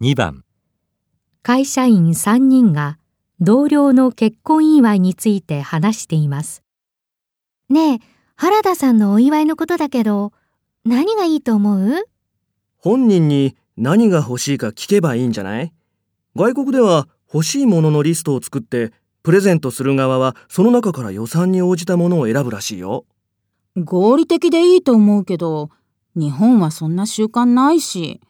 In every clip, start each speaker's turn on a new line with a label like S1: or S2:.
S1: 2番、
S2: 会社員3人が同僚の結婚祝いについて話しています。
S3: ねえ、原田さんのお祝いのことだけど、何がいいと思う
S4: 本人に何が欲しいか聞けばいいんじゃない外国では欲しいもののリストを作ってプレゼントする側はその中から予算に応じたものを選ぶらしいよ。
S5: 合理的でいいと思うけど日本はそんな習慣ないし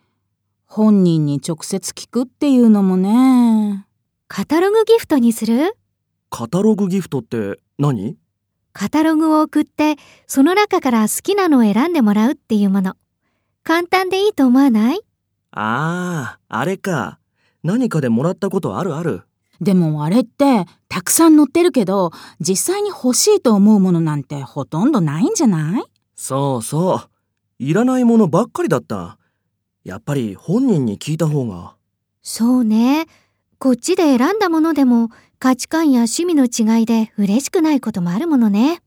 S5: 本人に直接聞くっていうのもね
S3: カタログギフトにする
S4: カタログギフトって何
S3: カタログを送って、その中から好きなのを選んでもらうっていうもの。簡単でいいと思わない
S4: ああ、あれか。何かでもらったことあるある。
S5: でもあれってたくさん載ってるけど実際に欲しいと思うものなんてほとんどないんじゃない
S4: そうそう。いらないものばっかりだった。やっぱり本人に聞いた方が。
S3: そうね。こっちで選んだものでも、価値観や趣味の違いで嬉しくないこともあるものね。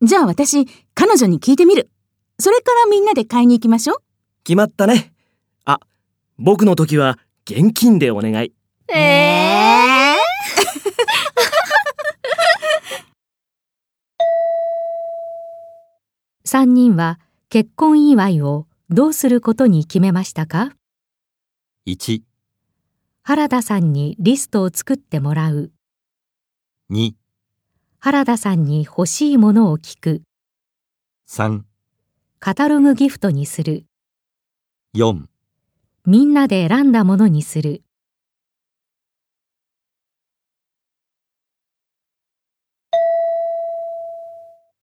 S5: じゃあ私彼女に聞いてみるそれからみんなで買いに行きましょう
S4: 決まったね。あ、僕の時は現金でお願い。
S3: ええ
S2: 3人は結婚祝いをどうすることに決めましたか
S1: 1、
S2: 原田さんにリストを作ってもらう。
S1: 2、
S2: 原田さんに欲しいものを聞く。
S1: 3、
S2: カタログギフトにする。
S1: 4
S2: みんなで選んだものにする。